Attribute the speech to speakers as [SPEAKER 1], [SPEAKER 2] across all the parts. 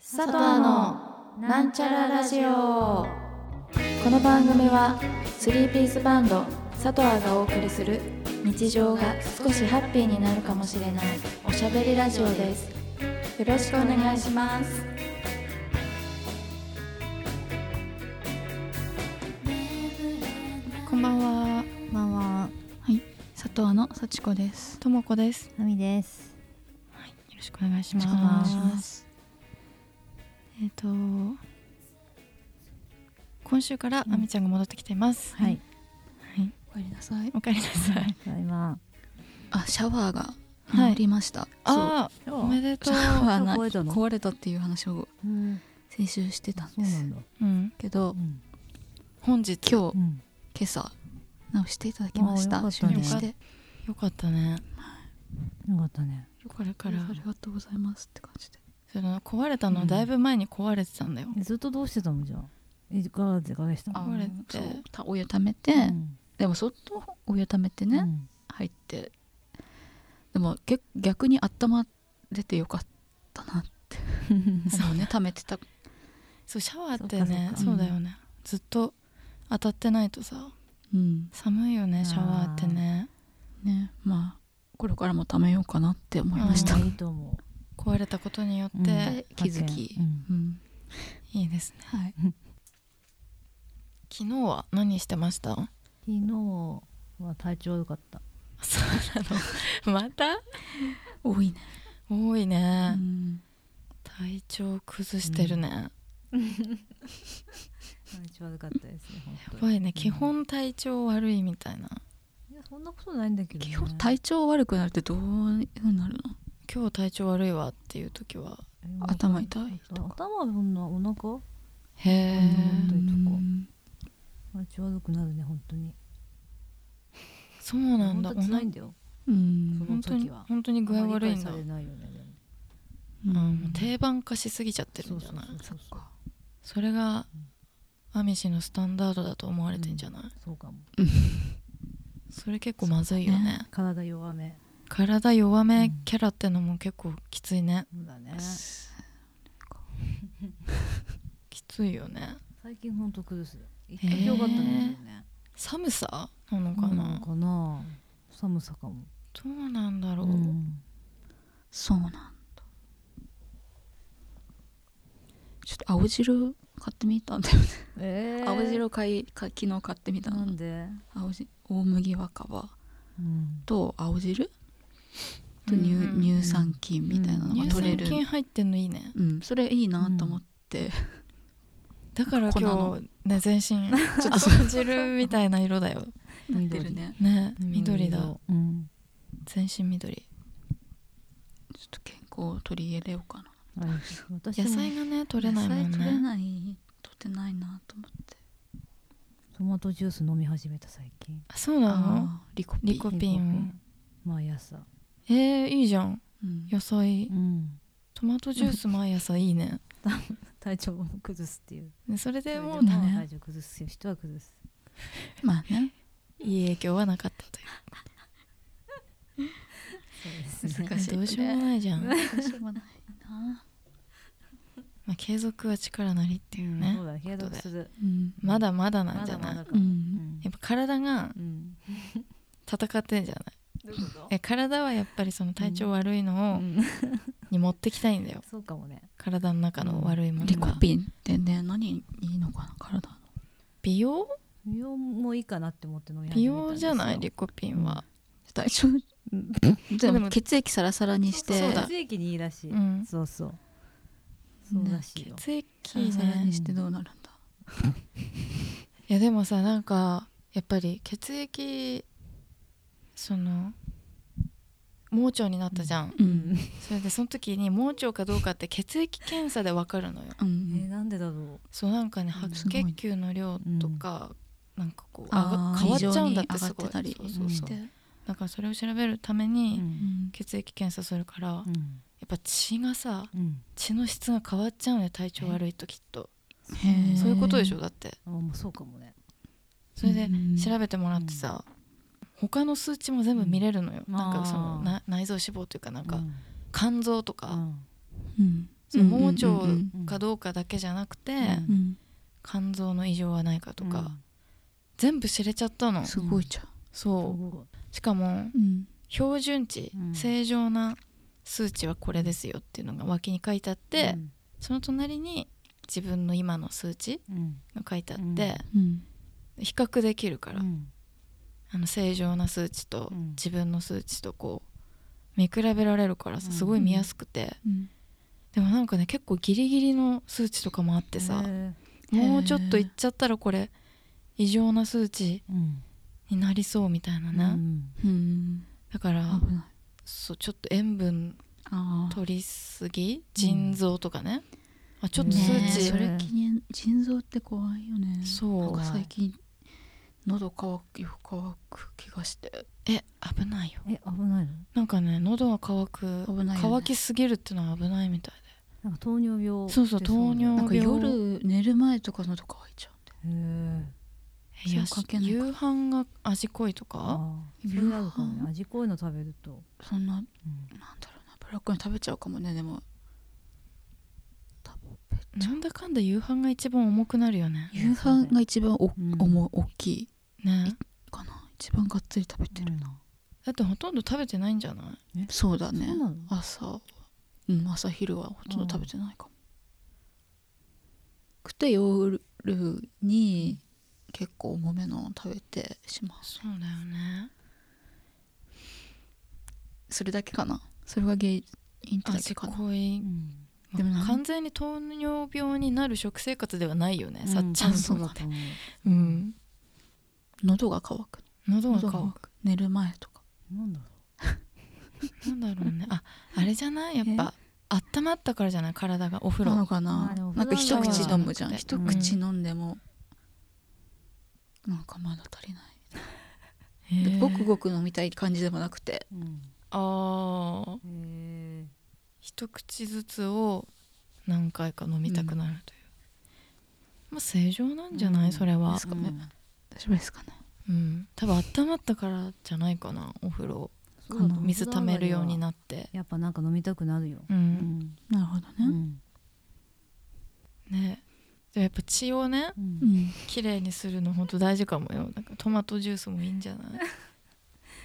[SPEAKER 1] 佐藤のなんちゃらラジオこの番組はスリーピースバンド佐藤がお送りする日常が少しハッピーになるかもしれないおしゃべりラジオですよろしくお願いします
[SPEAKER 2] こんばんは。
[SPEAKER 3] ママ
[SPEAKER 2] 佐藤の幸子です。。
[SPEAKER 3] ともこです。
[SPEAKER 4] ナミです。
[SPEAKER 3] よろしくお願いします。
[SPEAKER 4] よろしくお願いします
[SPEAKER 3] えっ、と今週から
[SPEAKER 4] うん
[SPEAKER 3] あみちゃんが戻ってきています。
[SPEAKER 4] はい。
[SPEAKER 3] はい。
[SPEAKER 2] お帰りなさい。
[SPEAKER 3] おかえりなさ い。
[SPEAKER 4] ただいま。
[SPEAKER 2] あ、シャワーが
[SPEAKER 3] はい
[SPEAKER 2] 入りました。
[SPEAKER 3] ああ、お
[SPEAKER 4] 今
[SPEAKER 3] めで
[SPEAKER 2] そ
[SPEAKER 3] と
[SPEAKER 2] うう。シャワーな
[SPEAKER 4] 壊れたの
[SPEAKER 2] 壊れたっていう話を
[SPEAKER 4] うん。
[SPEAKER 2] 先週してたん
[SPEAKER 4] そう
[SPEAKER 2] で
[SPEAKER 4] な
[SPEAKER 2] す
[SPEAKER 4] んだ。
[SPEAKER 3] うん。
[SPEAKER 2] けど、
[SPEAKER 4] ん。
[SPEAKER 3] 本日
[SPEAKER 2] 今日
[SPEAKER 4] ん。
[SPEAKER 2] 今朝直していただきまし
[SPEAKER 4] あ
[SPEAKER 2] た。
[SPEAKER 4] ーよかった
[SPEAKER 2] 修
[SPEAKER 4] ね
[SPEAKER 2] 理して。
[SPEAKER 3] よかったね。
[SPEAKER 4] よかったね。
[SPEAKER 3] これ
[SPEAKER 2] あ
[SPEAKER 3] か
[SPEAKER 2] り
[SPEAKER 3] ら
[SPEAKER 2] がとうございますって感じで。
[SPEAKER 3] その壊れたのだいぶ前に壊れてたんだよ。
[SPEAKER 4] ずっとどうしてたのじゃあ。いかがでかがしたの。
[SPEAKER 2] あ
[SPEAKER 3] これっ
[SPEAKER 2] の
[SPEAKER 3] て
[SPEAKER 2] そうたお湯ためて、
[SPEAKER 4] うん
[SPEAKER 2] でもそっとお湯ためてね、
[SPEAKER 4] うん
[SPEAKER 2] 入ってでもげ逆に温まれてよかったなってそうねためてた
[SPEAKER 3] そうシャワーってね、
[SPEAKER 4] そ
[SPEAKER 3] そ
[SPEAKER 2] かそう
[SPEAKER 3] う
[SPEAKER 2] か
[SPEAKER 3] だよね。ずっと当たってないとさ、
[SPEAKER 2] うん
[SPEAKER 3] 寒いよねシャワーってね。
[SPEAKER 2] ねまあこれからもためようかなって思いました、
[SPEAKER 4] う
[SPEAKER 2] うん
[SPEAKER 4] んいいと思
[SPEAKER 3] 壊れたことによって、
[SPEAKER 4] うん
[SPEAKER 2] で気づき、
[SPEAKER 4] うん
[SPEAKER 3] いいですね。
[SPEAKER 2] はい
[SPEAKER 3] 昨日は何してました？
[SPEAKER 4] う。昨日は体調良かった。
[SPEAKER 3] そうなのまた
[SPEAKER 2] 多いね、
[SPEAKER 3] 多いうね、
[SPEAKER 2] ん、
[SPEAKER 3] 体調崩してるね、
[SPEAKER 4] 体調良かったですね。
[SPEAKER 3] やばいね基本体調悪いみたいない
[SPEAKER 4] やそんなことないんだけどね。
[SPEAKER 2] 基本体調悪くなるってどういうふうになるの
[SPEAKER 3] 今日体調悪いわっていう時は
[SPEAKER 2] 頭痛いとか
[SPEAKER 4] 頭はそんなお腹
[SPEAKER 3] へえ、
[SPEAKER 4] うん
[SPEAKER 2] う
[SPEAKER 4] 痛いとこ
[SPEAKER 2] ん
[SPEAKER 4] 体調悪くなるね本当に。
[SPEAKER 3] そうなんだ
[SPEAKER 4] 本当辛いんだよ。
[SPEAKER 2] うん
[SPEAKER 3] 本当
[SPEAKER 4] その
[SPEAKER 3] に
[SPEAKER 4] 時は
[SPEAKER 3] 本当に具合悪いんだ
[SPEAKER 4] あんまり理解されないよね。でも
[SPEAKER 3] うん、もう定番化しすぎちゃってるんじゃないそ
[SPEAKER 4] そうそうそうそう
[SPEAKER 3] れがアミシのスタンダードだと思われてんじゃない、
[SPEAKER 4] そうかも。
[SPEAKER 3] それ結構まずいよね
[SPEAKER 4] 体弱め。
[SPEAKER 3] 体弱めキャラってのも結構きついね、
[SPEAKER 4] そうだね。
[SPEAKER 3] きついよね
[SPEAKER 4] 最近ほんと崩す一
[SPEAKER 3] へー
[SPEAKER 4] 時良かったねでもね
[SPEAKER 3] 寒さなのかな、
[SPEAKER 4] うんかな寒さかも
[SPEAKER 3] どうなんだろう、
[SPEAKER 4] うん
[SPEAKER 2] そうなんだちょっと青汁買ってみたんだよね、
[SPEAKER 4] えー
[SPEAKER 2] 青汁を買いか昨日買ってみた
[SPEAKER 4] な
[SPEAKER 2] の
[SPEAKER 4] んで
[SPEAKER 2] 青汁大麦若葉
[SPEAKER 4] うん
[SPEAKER 2] と青汁と乳,、
[SPEAKER 3] うん
[SPEAKER 2] 乳酸菌みたいなのが
[SPEAKER 3] 乳
[SPEAKER 2] 取れ
[SPEAKER 3] 酸
[SPEAKER 2] る、
[SPEAKER 3] 菌入ってんのいいね
[SPEAKER 2] うん、それいいなと思って、
[SPEAKER 3] だから
[SPEAKER 2] 粉の
[SPEAKER 3] 今日ね全身ちょっと青汁みたいな色だよ
[SPEAKER 4] うん
[SPEAKER 2] 出るね
[SPEAKER 3] ね緑だ
[SPEAKER 4] 色うん
[SPEAKER 3] 全身緑
[SPEAKER 2] ちょっと健康を取り入れようかな
[SPEAKER 4] あ私
[SPEAKER 3] 野
[SPEAKER 4] も
[SPEAKER 3] 菜がね取れないもん
[SPEAKER 2] 野菜取れ
[SPEAKER 3] ね
[SPEAKER 2] ない取ってないなと思って
[SPEAKER 4] トマトジュース飲み始めた最近
[SPEAKER 3] あそうなの
[SPEAKER 2] あーリコピン
[SPEAKER 3] リコピン
[SPEAKER 4] 毎朝
[SPEAKER 3] えー、いいじゃん
[SPEAKER 2] うん
[SPEAKER 3] 野菜
[SPEAKER 4] うん
[SPEAKER 3] トマトジュース毎朝いいね
[SPEAKER 4] 体調を崩すっていう
[SPEAKER 3] でそれでもう
[SPEAKER 4] それ
[SPEAKER 3] だ
[SPEAKER 4] も
[SPEAKER 3] ね
[SPEAKER 4] 体調崩す人は崩す
[SPEAKER 2] まあね
[SPEAKER 3] いい影響はなかったという
[SPEAKER 4] そうです ね
[SPEAKER 2] 難しい
[SPEAKER 3] どうしようもないじゃん、
[SPEAKER 2] ど
[SPEAKER 3] ま
[SPEAKER 2] うしようもないな、
[SPEAKER 3] あ、継続は力なりっていうね
[SPEAKER 4] そうだ継続する
[SPEAKER 2] うん
[SPEAKER 3] まだまだなん
[SPEAKER 4] ま
[SPEAKER 3] じゃ
[SPEAKER 4] だ
[SPEAKER 3] ない
[SPEAKER 4] まだか
[SPEAKER 2] う
[SPEAKER 4] も
[SPEAKER 2] ん
[SPEAKER 3] やっぱ体が
[SPEAKER 4] うん
[SPEAKER 3] 戦ってんじゃない
[SPEAKER 4] どういうこと
[SPEAKER 3] え体はやっぱりその体調悪いのを、に持ってきたいんだよ
[SPEAKER 4] そうかもね
[SPEAKER 3] 体の中の悪いものが
[SPEAKER 2] リコピンってね何にいいのかな体の
[SPEAKER 3] 美容
[SPEAKER 4] 美容もいいかなって思って飲み
[SPEAKER 3] 美
[SPEAKER 4] 始めたんですよ
[SPEAKER 3] 容じゃないリコピンは、
[SPEAKER 2] 大丈夫で
[SPEAKER 3] で
[SPEAKER 2] も
[SPEAKER 3] も
[SPEAKER 2] 血液サラサラにして
[SPEAKER 3] そうだ
[SPEAKER 4] 血液にいいらしい、
[SPEAKER 3] うん
[SPEAKER 4] そうそうそうらしいよ、
[SPEAKER 3] 血液
[SPEAKER 2] サラサラ
[SPEAKER 3] ね
[SPEAKER 2] にしてどうなるんだ、
[SPEAKER 3] いやでもさなんかやっぱり血液その盲腸になったじゃん、
[SPEAKER 2] うん
[SPEAKER 3] それでその時に盲腸かどうかって血液検査で分かるのよ
[SPEAKER 2] う
[SPEAKER 4] え
[SPEAKER 2] ん
[SPEAKER 4] ー、なんでだろ
[SPEAKER 3] そうなんかね
[SPEAKER 4] うん
[SPEAKER 3] 白血球の量とか、なんかこう
[SPEAKER 2] あー
[SPEAKER 3] あが変わっちゃうんだって
[SPEAKER 2] 異常に上
[SPEAKER 3] す
[SPEAKER 2] が
[SPEAKER 3] ご
[SPEAKER 2] っ
[SPEAKER 3] い
[SPEAKER 2] てたり
[SPEAKER 3] そうそうそう
[SPEAKER 4] して
[SPEAKER 3] だからそれを調べるため
[SPEAKER 4] う、
[SPEAKER 3] に、
[SPEAKER 2] うん
[SPEAKER 3] 血液検査するから、や
[SPEAKER 4] ん
[SPEAKER 3] っぱ血がさ
[SPEAKER 4] うん
[SPEAKER 3] 血の質が変わっちゃうね体調悪い時と
[SPEAKER 2] へー
[SPEAKER 3] そういうことでしょだって
[SPEAKER 4] あもうそうかもね
[SPEAKER 3] それで
[SPEAKER 2] うん
[SPEAKER 3] 調べてもらってさ、他の数値も全部見れるのよ、
[SPEAKER 4] うん
[SPEAKER 3] なんかその
[SPEAKER 4] あー
[SPEAKER 3] な内臓脂肪というかなんか
[SPEAKER 4] うん
[SPEAKER 3] 肝臓とか、
[SPEAKER 4] うん
[SPEAKER 2] うん
[SPEAKER 3] その盲腸
[SPEAKER 2] うんうんうんうん
[SPEAKER 3] かどうかだけじゃなくて、
[SPEAKER 4] うん
[SPEAKER 2] うん
[SPEAKER 3] 肝臓の異常はないかとか、全部知れちゃったの
[SPEAKER 2] すごいじゃん
[SPEAKER 4] うん、
[SPEAKER 3] そうしかも
[SPEAKER 2] うん
[SPEAKER 3] 標準値、
[SPEAKER 4] うん
[SPEAKER 3] 正常な数値はこれですよっていうのが脇に書いてあって、その隣に自分の今の数値
[SPEAKER 4] うん
[SPEAKER 3] が書いてあって、
[SPEAKER 2] うん
[SPEAKER 3] 比較できるか
[SPEAKER 4] う
[SPEAKER 3] ら、
[SPEAKER 4] ん
[SPEAKER 3] あの正常な数値と
[SPEAKER 4] うん
[SPEAKER 3] 自分の数値とこう見比べられるからさ
[SPEAKER 4] うん
[SPEAKER 3] すごい見やすくて、
[SPEAKER 2] うん
[SPEAKER 3] でもなんかね結構ギリギリの数値とかもあってさ、
[SPEAKER 4] へ
[SPEAKER 2] え
[SPEAKER 3] もうちょっといっちゃったらこれ異常な数値
[SPEAKER 4] ーうん
[SPEAKER 3] になりそうみたいなね、
[SPEAKER 4] うん
[SPEAKER 2] うん
[SPEAKER 3] だから、
[SPEAKER 2] 危ない
[SPEAKER 3] そうちょっと塩分
[SPEAKER 2] ああ
[SPEAKER 3] 取りすぎ腎臓とかね、あちょっと
[SPEAKER 2] ね
[SPEAKER 3] 数
[SPEAKER 2] え
[SPEAKER 3] 値、
[SPEAKER 2] それ気に腎臓って怖いよね
[SPEAKER 3] そう
[SPEAKER 2] なんか最近喉乾くよ乾く気がして
[SPEAKER 3] え危ないよ
[SPEAKER 4] え危ないの
[SPEAKER 3] なんかね喉が渇く
[SPEAKER 2] 危ないよね
[SPEAKER 3] 乾きすぎるってのは危ないみたい
[SPEAKER 4] なんか糖尿病
[SPEAKER 3] そうそう
[SPEAKER 4] ってだよね
[SPEAKER 3] 糖尿
[SPEAKER 2] なんか
[SPEAKER 3] 病
[SPEAKER 2] 夜寝る前とか喉乾いちゃうんだよ
[SPEAKER 4] へー
[SPEAKER 3] でいや
[SPEAKER 2] そう関係ないか
[SPEAKER 3] 夕飯が味濃いとか
[SPEAKER 4] あーそれあるかもね味濃いの食べると
[SPEAKER 2] そんななん
[SPEAKER 4] うん
[SPEAKER 2] だろうなブラックに食べちゃうかもねでも
[SPEAKER 3] なんだかんだ夕飯が一番重くなるよね
[SPEAKER 2] 夕飯が一番お、
[SPEAKER 4] うん
[SPEAKER 2] 重い大きい
[SPEAKER 3] ね
[SPEAKER 2] かな一番がっつり食べてるな、
[SPEAKER 3] だってほとんど食べてないんじゃない
[SPEAKER 2] そうだね
[SPEAKER 4] そうなの
[SPEAKER 2] 朝うん朝昼はほとんど食べてないかも、食って夜に結構重めのを食べてしまう
[SPEAKER 3] そうだよね
[SPEAKER 2] それだけかなそれが原因ってだけ
[SPEAKER 3] 味
[SPEAKER 2] かな
[SPEAKER 3] 濃い、
[SPEAKER 4] うん
[SPEAKER 3] まあ
[SPEAKER 2] でもなん
[SPEAKER 3] 完全に糖尿病になる食生活ではないよね、さっちゃ
[SPEAKER 4] うんん
[SPEAKER 3] そ
[SPEAKER 4] そうう
[SPEAKER 3] だ
[SPEAKER 4] だ
[SPEAKER 3] っ
[SPEAKER 4] と
[SPEAKER 3] て
[SPEAKER 4] 思う
[SPEAKER 3] うん
[SPEAKER 2] 喉が渇く
[SPEAKER 3] 喉が
[SPEAKER 2] 喉
[SPEAKER 3] 渇
[SPEAKER 2] が
[SPEAKER 3] く
[SPEAKER 2] 渇く寝る前とか
[SPEAKER 4] なんだろ
[SPEAKER 3] なんだろうね。あ、あれじゃないやっぱ、温まったからじゃない体がお風
[SPEAKER 2] なの
[SPEAKER 3] 呂。
[SPEAKER 2] かな
[SPEAKER 4] あでも
[SPEAKER 2] なんか一口飲むじゃん
[SPEAKER 3] 普
[SPEAKER 2] 一
[SPEAKER 4] 段は
[SPEAKER 2] 口飲んでも、なんかまだ足りない、
[SPEAKER 3] へー
[SPEAKER 2] ごくごく飲みたい感じでもなくて
[SPEAKER 4] ううん
[SPEAKER 3] ああ、
[SPEAKER 4] へー
[SPEAKER 3] 一口ずつを何回か飲みたくなるという。まあ正常なんじゃない、
[SPEAKER 4] うん
[SPEAKER 3] それは
[SPEAKER 2] です。かね大丈夫ですかね
[SPEAKER 3] うん。多分温まったからじゃないかな。お風呂
[SPEAKER 4] そうだと思う
[SPEAKER 3] 水溜めるようになって。
[SPEAKER 4] やっぱなんか飲みたくなるよ
[SPEAKER 3] う。
[SPEAKER 4] うんん
[SPEAKER 2] なるほど
[SPEAKER 4] う
[SPEAKER 2] ね
[SPEAKER 4] ん
[SPEAKER 3] ね。でもやっぱ血をね
[SPEAKER 4] う
[SPEAKER 2] うんん、
[SPEAKER 3] 綺麗にするの本当大事かもよ。なんかトマトジュースもいいんじゃない？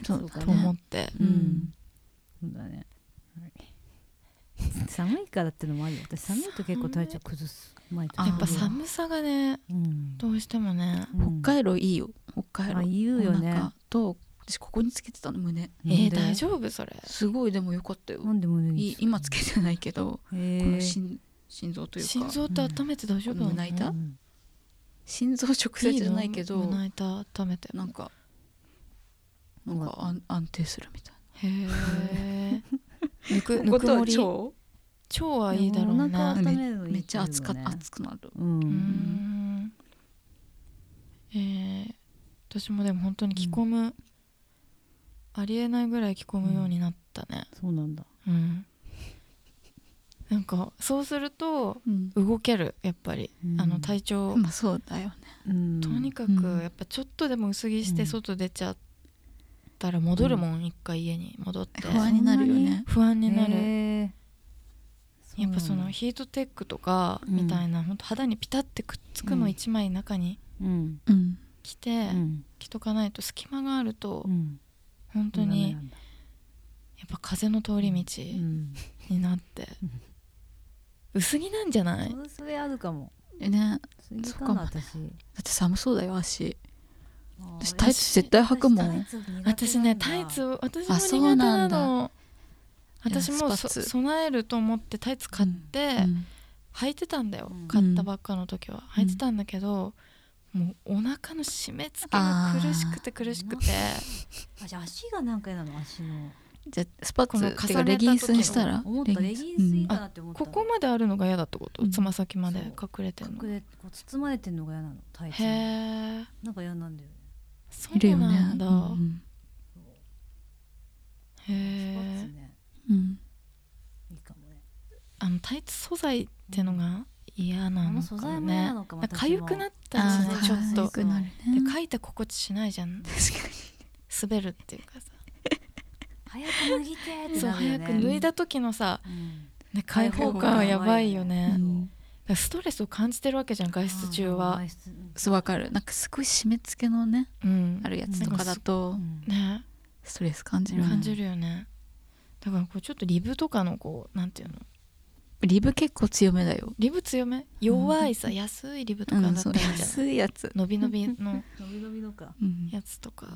[SPEAKER 2] そうだ
[SPEAKER 3] と思
[SPEAKER 2] ね
[SPEAKER 3] って。
[SPEAKER 2] うん
[SPEAKER 4] そうだねはい 寒いからってのもあるよ私寒いと結構体調崩す毎年
[SPEAKER 2] あー
[SPEAKER 3] やっぱ寒さがね
[SPEAKER 4] うん
[SPEAKER 3] どうしてもね。
[SPEAKER 4] うん
[SPEAKER 2] 北海道いいよ北海
[SPEAKER 4] あ
[SPEAKER 2] 道
[SPEAKER 4] 言うよ
[SPEAKER 2] お
[SPEAKER 4] ね
[SPEAKER 2] 腹と私ここにつけてたの胸
[SPEAKER 3] え
[SPEAKER 4] なん
[SPEAKER 3] ー、
[SPEAKER 4] で
[SPEAKER 3] 大丈夫それ。
[SPEAKER 2] すごいでもよかったよ
[SPEAKER 4] なんで胸に
[SPEAKER 2] い今つけてないけど、
[SPEAKER 4] へ
[SPEAKER 2] この
[SPEAKER 4] ー
[SPEAKER 2] 心心臓というか
[SPEAKER 3] 心臓って温めて大丈夫なの、
[SPEAKER 2] うん胸痛
[SPEAKER 4] う
[SPEAKER 2] だ
[SPEAKER 4] ん
[SPEAKER 2] 心臓直接じゃないけ
[SPEAKER 3] い
[SPEAKER 2] ど
[SPEAKER 3] の胸痛温めて
[SPEAKER 2] なんかなんか安安定するみたい
[SPEAKER 3] へえぬく
[SPEAKER 2] な
[SPEAKER 3] ぬくもり腸
[SPEAKER 2] 超
[SPEAKER 3] はいいだろう
[SPEAKER 4] お腹
[SPEAKER 3] ね
[SPEAKER 4] 温めるのいい
[SPEAKER 2] めっちゃ熱か、
[SPEAKER 4] っていうよね
[SPEAKER 2] 熱くなる
[SPEAKER 4] う
[SPEAKER 3] うー
[SPEAKER 4] ん
[SPEAKER 3] んえー私もでも本当に着込む、ありえないぐらい着込むようになったね
[SPEAKER 4] そうなんだ
[SPEAKER 3] うん、なんかそうすると
[SPEAKER 2] うん
[SPEAKER 3] 動けるやっぱり、
[SPEAKER 4] うん
[SPEAKER 3] あの体調、
[SPEAKER 2] まあそうだよね
[SPEAKER 4] うん
[SPEAKER 3] とにかく
[SPEAKER 2] うん
[SPEAKER 3] やっぱちょっとでも薄着し
[SPEAKER 4] う
[SPEAKER 3] て
[SPEAKER 4] ん
[SPEAKER 3] 外出ちゃったら戻るもん、一回家に戻って
[SPEAKER 2] 不安になるよね
[SPEAKER 3] 不安になる、
[SPEAKER 4] へーう
[SPEAKER 3] や
[SPEAKER 4] な
[SPEAKER 3] っ
[SPEAKER 4] ん
[SPEAKER 3] ぱ
[SPEAKER 4] だ
[SPEAKER 3] そのヒートテックとかみたいな、ほん、本当肌にピタってくっつくの
[SPEAKER 4] うん
[SPEAKER 3] 一枚中に
[SPEAKER 4] うん
[SPEAKER 2] うん
[SPEAKER 3] 着て、
[SPEAKER 4] うん
[SPEAKER 3] 着とかないと隙間があると、
[SPEAKER 4] うん
[SPEAKER 3] 本当にや
[SPEAKER 4] ダメなんだ
[SPEAKER 3] っぱ風の通り道
[SPEAKER 4] うん
[SPEAKER 3] になって、薄着なんじゃない、
[SPEAKER 4] そうそれあるかも
[SPEAKER 2] でね
[SPEAKER 4] そういう
[SPEAKER 2] そう
[SPEAKER 4] か
[SPEAKER 2] かも
[SPEAKER 4] な
[SPEAKER 2] ね
[SPEAKER 4] 私
[SPEAKER 2] だって寒そうだよ足私
[SPEAKER 4] あ
[SPEAKER 2] タイツ絶対履くもん
[SPEAKER 3] 私ねタイツを私も
[SPEAKER 2] あ
[SPEAKER 3] 苦
[SPEAKER 2] そ
[SPEAKER 3] 手
[SPEAKER 2] うな
[SPEAKER 3] なん
[SPEAKER 2] だ
[SPEAKER 3] の
[SPEAKER 2] いや
[SPEAKER 3] 私も
[SPEAKER 2] スパ
[SPEAKER 3] そ
[SPEAKER 2] ッツ
[SPEAKER 3] 備えると思ってタイツ買って、
[SPEAKER 2] うん
[SPEAKER 3] 履いてたんだよ、
[SPEAKER 4] うん
[SPEAKER 3] 買ったばっかの時は
[SPEAKER 2] うん
[SPEAKER 3] 履いてたんだけど、もうお腹の締め付けが苦しくて苦しくて
[SPEAKER 4] あじゃあ足がなんか嫌なの足の
[SPEAKER 2] じゃあスパッ
[SPEAKER 3] この重ね
[SPEAKER 2] ツっ
[SPEAKER 3] た
[SPEAKER 2] ていうかレギンスにしたら
[SPEAKER 4] 思ったレギンスいいかなって思った
[SPEAKER 3] こ
[SPEAKER 4] の
[SPEAKER 3] こまであるのが嫌だってこと、
[SPEAKER 2] うん
[SPEAKER 3] つま先まで
[SPEAKER 4] そ
[SPEAKER 3] 隠れてんの
[SPEAKER 4] 隠れこう包まれてんのが嫌なのタイツ
[SPEAKER 3] へ
[SPEAKER 4] に
[SPEAKER 3] え
[SPEAKER 4] なんか嫌なんだよね
[SPEAKER 3] そ
[SPEAKER 2] いる
[SPEAKER 3] う
[SPEAKER 2] よね
[SPEAKER 3] なんだ、
[SPEAKER 2] うん
[SPEAKER 3] へ
[SPEAKER 4] スパッツ
[SPEAKER 3] え
[SPEAKER 4] ね
[SPEAKER 2] うん
[SPEAKER 4] いいかもね
[SPEAKER 3] あのタイツ素材ってのが嫌な
[SPEAKER 4] あの
[SPEAKER 3] の
[SPEAKER 4] 素
[SPEAKER 3] か
[SPEAKER 4] 材
[SPEAKER 3] も
[SPEAKER 4] も嫌
[SPEAKER 3] ね
[SPEAKER 4] なのかも
[SPEAKER 3] なんか痒くなったり
[SPEAKER 2] あ
[SPEAKER 3] ね
[SPEAKER 2] ー
[SPEAKER 3] ち
[SPEAKER 2] そ
[SPEAKER 3] ょ
[SPEAKER 2] う
[SPEAKER 3] っ
[SPEAKER 2] 痒
[SPEAKER 3] と
[SPEAKER 2] くなるね
[SPEAKER 3] で書いた心地しないじゃん
[SPEAKER 2] 確かに
[SPEAKER 3] 滑るっていうかさ
[SPEAKER 4] 早く脱ぎてーって
[SPEAKER 3] そう
[SPEAKER 4] なるよ
[SPEAKER 3] 早
[SPEAKER 4] ね
[SPEAKER 3] く脱いだ時のさ
[SPEAKER 4] うん
[SPEAKER 3] ね開放感はやばいよね、
[SPEAKER 2] う
[SPEAKER 3] だか
[SPEAKER 2] ん
[SPEAKER 3] らストレスを感じてるわけじゃん外出中は
[SPEAKER 4] 外出
[SPEAKER 2] そうわかるなんかすごい締め付けのね
[SPEAKER 3] うん
[SPEAKER 2] あるやつとかだ
[SPEAKER 4] う
[SPEAKER 2] と
[SPEAKER 4] ん
[SPEAKER 3] ね
[SPEAKER 2] ストレス感じる、
[SPEAKER 3] 感じるよね、だからこうちょっとリブとかのこうなんていうの
[SPEAKER 2] リブ結構強めだよ
[SPEAKER 3] リブ強め弱いさ、安いリブとかだ
[SPEAKER 2] う
[SPEAKER 3] っ
[SPEAKER 2] ん
[SPEAKER 3] た
[SPEAKER 2] そう
[SPEAKER 3] らいいじゃん
[SPEAKER 2] 安いやつ、
[SPEAKER 3] 伸び伸びの
[SPEAKER 4] 伸び伸びのか
[SPEAKER 2] うん
[SPEAKER 3] やつとか